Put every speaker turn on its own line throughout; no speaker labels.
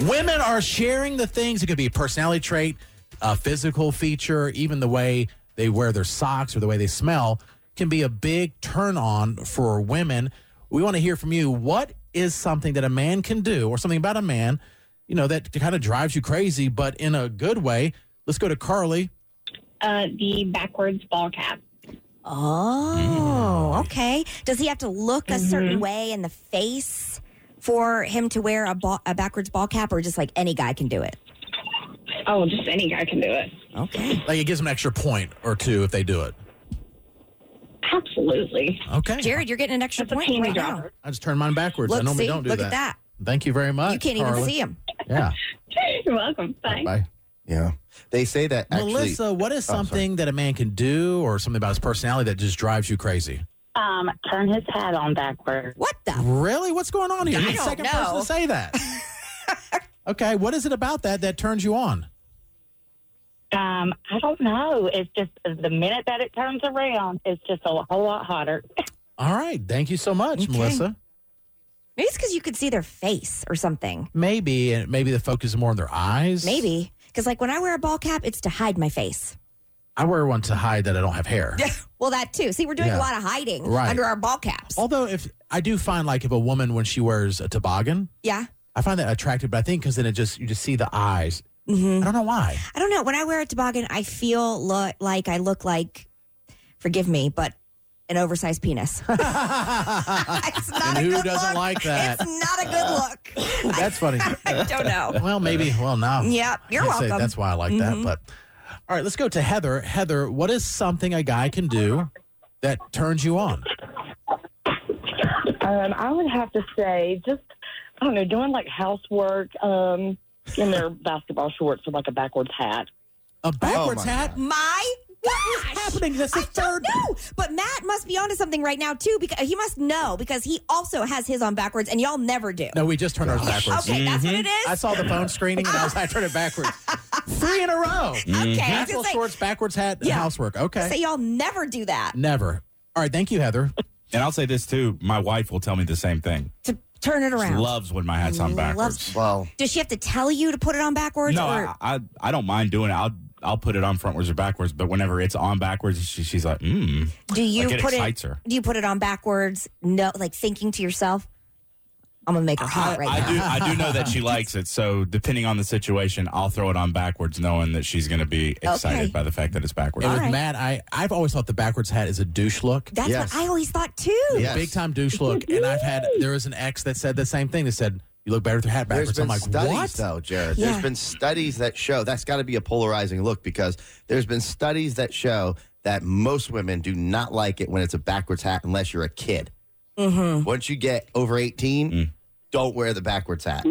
Women are sharing the things. It could be a personality trait, a physical feature, even the way they wear their socks or the way they smell can be a big turn on for women. We want to hear from you. What is something that a man can do or something about a man, you know, that kind of drives you crazy, but in a good way? Let's go to Carly.
Uh, the backwards ball cap.
Oh, okay. Does he have to look a certain way in the face for him to wear a, ball, a backwards ball cap, or just like any guy can do it?
Oh, just any guy can do it.
Okay.
Like it gives them an extra point or two if they do it.
Absolutely.
Okay.
Jared, you're getting an extra
That's a
point
panty
right now.
dropper.
I just turned mine backwards. I
Look,
normally
see?
don't do
Look
that.
at that.
Thank you very much.
You can't even
Carly.
see him.
Yeah.
You're welcome. Bye.
Bye.
Yeah. They say that actually. oh,
Melissa, what is
sorry.
something that a man can do or something about his personality that just drives you crazy?
Um, turn his hat on backwards.
What the?
Really? What's going on here?
I
You're the
don't
second
know.
person to say that. okay, what is it about that that turns you on?
Um, I don't know. It's just the minute that it turns around, it's just a whole lot hotter.
All right. Thank you so much,
Okay.
Melissa.
Maybe it's because you could see their face or something.
Maybe and maybe the focus is more on their eyes.
Maybe. Because, like, when I wear a ball cap, it's to hide my face.
I wear one to hide that I don't have hair.
Well, that too. See, we're doing
Yeah.
a lot of hiding
Right. Oh.
under our ball caps.
Although if I do find like if a woman when she wears a toboggan,
yeah.
I find that attractive, but I think because then it just you just see the eyes.
Mm-hmm.
I don't know why.
I don't know. When I wear a toboggan, I feel lo- like I look like, forgive me, but an oversized penis. it's not
And
a
who
good
doesn't
look.
like that?
It's not a good look.
That's funny.
I don't know.
well, maybe. Well, now.
Yep, you're
I'd say
welcome. Mm-hmm.
that's why I like that. But all right, let's go to Heather. Heather, what is something a guy can do that turns you on?
Um, I would have to say just I don't know, doing like housework um, in their basketball shorts with like a backwards hat.
A backwards
Oh, my
hat?
My gosh!
Happening. That's the
I
third.
don't know. But Matt must be onto something right now too, because he must know because he also has his on backwards, and y'all never do.
No, we just turned ours backwards. Mm-hmm.
Okay, that's what it is.
I saw the phone screening and I was I turned it backwards. Three in a row.
okay, I was
Basketball
gonna say,
shorts, backwards hat, and
Yeah.
housework.
say
Okay.
y'all never do that.
Never. All right, thank you, Heather.
And I'll say this too. My wife will tell me the same thing.
To turn it
She
around.
loves when my hat's on backwards.
Wow.
Does she have to tell you to put it on backwards?
No,
or-
I, I I don't mind doing it. I'll I'll put it on frontwards or backwards. But whenever it's on backwards, she, she's like, mm.
Do you
Like, it
put
excites
it?
her.
Do you put it on backwards? No, like thinking to yourself, "I'm gonna make her hot right
I
now."
do I do know that she likes it. So depending on the situation, I'll throw it on backwards, knowing that she's going to be excited
Okay.
by the fact that it's backwards.
And with
right.
Matt, I, I've always thought the backwards hat is a douche look.
That's
Yes.
what I always thought too.
Yes.
Big time douche look. And I've had, there was an ex that said the same thing that said, you look better with your hat
There's
backwards.
been
I'm like,
studies,
what?
though, Jared.
Yeah.
There's been studies that show that's got to be a polarizing look because there's been studies that show that most women do not like it when it's a backwards hat unless you're a kid. Once you get over 18, don't wear the backwards hat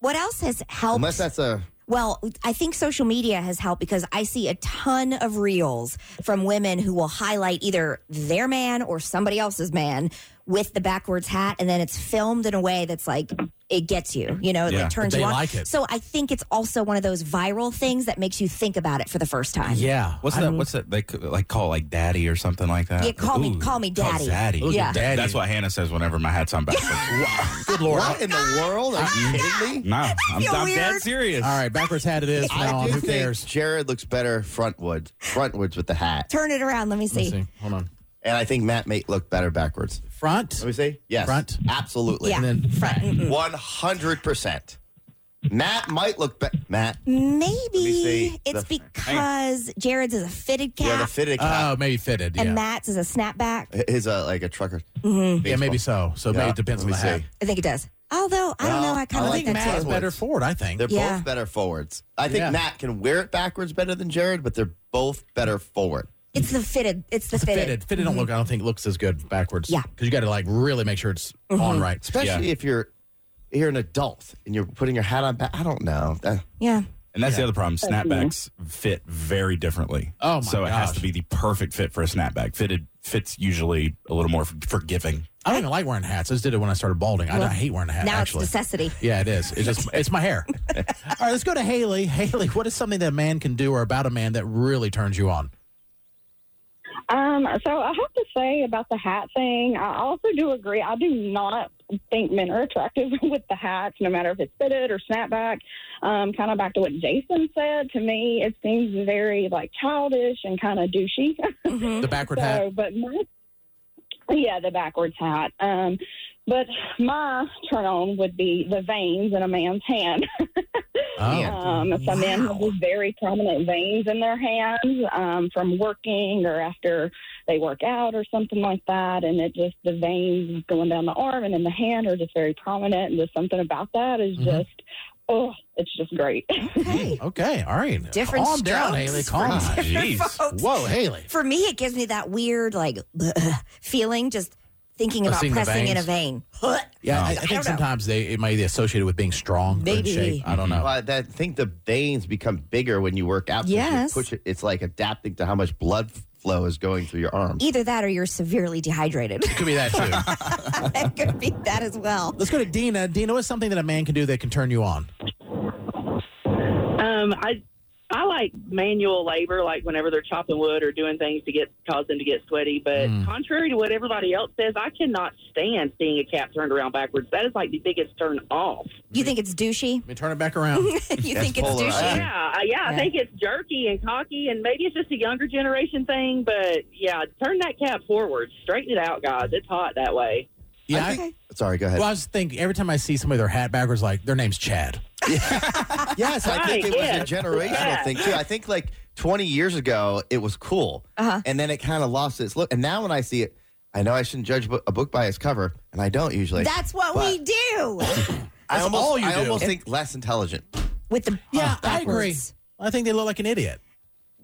What else has helped?
unless that's a
Well, I think social media has helped because I see a ton of reels from women who will highlight either their man or somebody else's man with the backwards hat, and then it's filmed in a way that's like it gets you, you know, it
Yeah,
like turns
they
you on.
like it.
So I think it's also one of those viral things that makes you think about it for the first time.
Yeah.
What's that? What's that? They c- like call like daddy or something like that.
Yeah, call me- call me daddy.
daddy.
Look at
Yeah.
daddy.
That's what Hannah says whenever my hat's on backwards.
good lord. What in the world? Are you kidding me?
no, I'm,
feel
I'm dead
weird.
serious.
All right, backwards hat it is from now
I
on.
do
Who
think
cares?
Jared looks better frontwards, frontwards with the hat,
Turn it around. Let me see.
Let's see. Hold on.
and I think Matt may look better backwards.
Front.
Let me see. Yes,
Front.
absolutely.
Yeah,
then-
front.
Hmm.
mm-mm.
One hundred percent. Matt might look better. Matt,
Maybe
see.
it's
The-
because Jared's is a fitted cap
yeah, the fitted
Oh,
cap
maybe fitted. Yeah.
and Matt's is a snapback.
is a like a trucker.
Uh, yeah, maybe so. So maybe
Yeah,
it depends on
let
the
me
hat.
see.
I think it does. Although I don't
Well,
know, I kind
I
of like
think
that
Matt's
too.
Backwards.
Better forward, I think.
They're
Yeah.
both better forwards. I think
Yeah.
Matt can wear it backwards better than Jared, but they're both better forward.
It's the fitted. It's the fitted. Mm-hmm.
fitted. Fitted don't look. I don't think looks as good backwards.
Yeah. Mm-hmm.
Because you got to like really make sure it's on right.
Especially if you're you're an adult and you're putting your hat on back. I don't know. That-
Yeah.
And that's the other problem. Snapbacks fit very differently.
Oh, my
So it has
gosh.
to be the perfect fit for a snapback. Fitted fits usually a little more f- forgiving.
I don't even like wearing hats. I just did it when I started balding. I, I hate wearing a hat.
Now
actually.
it's necessity.
yeah, it is. It's just it's my hair. All right, let's go to Haley. Haley, what is something that a man can do or about a man that really turns you on?
Um, so I have to say about the hat thing, I also do agree. I do not
think men are attractive with the hats, no matter if it's fitted or snapback. Um, kind of back to what Jason said. To me, it seems very like childish and kind of douchey.
Mhm.
Mm-hmm.
The backward
so,
hat.
but my, yeah, the backwards hat. Um, but my turn on would be the veins in a man's hand.
Oh.
Yeah.
Um, if a man
Wow.
has these very prominent veins in their hands um, from working or after they work out or something like that, and it just the veins going down the arm and in the hand are just very prominent, and just something about that is
Mhm.
just oh, it's just great.
Okay.
Okay. All right.
Different
Calm down,
strokes
Haley.
for
Calm.
different Jeez.
folks.
Whoa, Haley.
For me, it gives me that weird like feeling just thinking
Of
about
seeing the
pressing in a
veins.
vein.
Yeah, I, I
I don't know.
think sometimes they it might be associated with being strong. Or in
Maybe.
shape. I don't know.
Well, I that- think the veins become bigger when you work out. because you
Yes.
push it. It's like adapting to how much blood f- flow is going through your arms.
Either that or you're severely dehydrated.
Could be that too.
it could be that as well.
Let's go to Dina. Dina, what's something that a man can do that can turn you on?
Um, I I like manual labor, like whenever they're chopping wood or doing things to get cause them to get sweaty. But
Mm.
contrary to what everybody else says, I cannot stand seeing a cap turned around backwards. That is like the biggest turn off.
You think it's douchey?
I mean, turn it back around.
you think it's douchey?
polarizing.
Yeah, I-
Yeah.
yeah, I think it's jerky and cocky, and maybe it's just a younger generation thing. But yeah, turn that cap forward, straighten it out, guys. It's hot that way.
Yeah. I-
Okay.
Sorry, go ahead.
well, I was thinking every time I see somebody their hat backwards, like their name's Chad.
yes, I think it was
Right, yeah.
a generational
Yeah.
thing too. I think like 20 years ago, it was cool,
Uh-huh.
and then it kind of lost its look. And now when I see it, I know I shouldn't judge bo- a book by its cover, and I don't usually.
That's what
But-
we do
I
That's
almost,
all you
I
do.
almost think less intelligent.
with the oh,
Yeah, Ah, I
backwards. Hmm.
agree. I think they look like an idiot.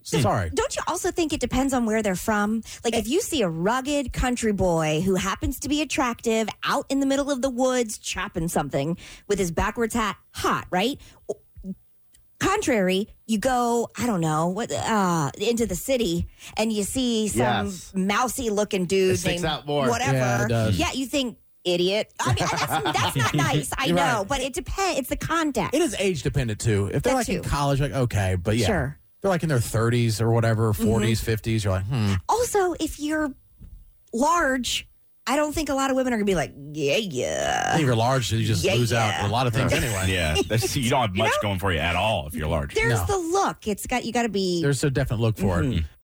Sorry.
Don't you also think it depends on where they're from? Like,
Eh.
if you see a rugged country boy who happens to be attractive out in the middle of the woods chopping something with his backwards hat, hot, right? Contrary, you go, I don't know, what uh, into the city and you see some
Yes.
mousy looking dude
It sticks
named
out more.
whatever.
Yeah, it does.
you think idiot. I mean, that's, that's not nice. I
You're right.
know, but it depends. It's the context.
It is age dependent too. If they're
That
like in
too.
college, like okay, but yeah,
Sure. Mm-hmm.
they're like in their thirties or whatever, 40s 50s. You're like, hmm.
Also, if you're large, I don't think a lot of women are gonna be like, yeah, yeah.
if you're large, you just
yeah,
lose out on a lot of things anyway.
Yeah, that's, you don't have much going for you at all if you're large.
There's
No.
the look. It's got you got to be.
There's a definite look for it.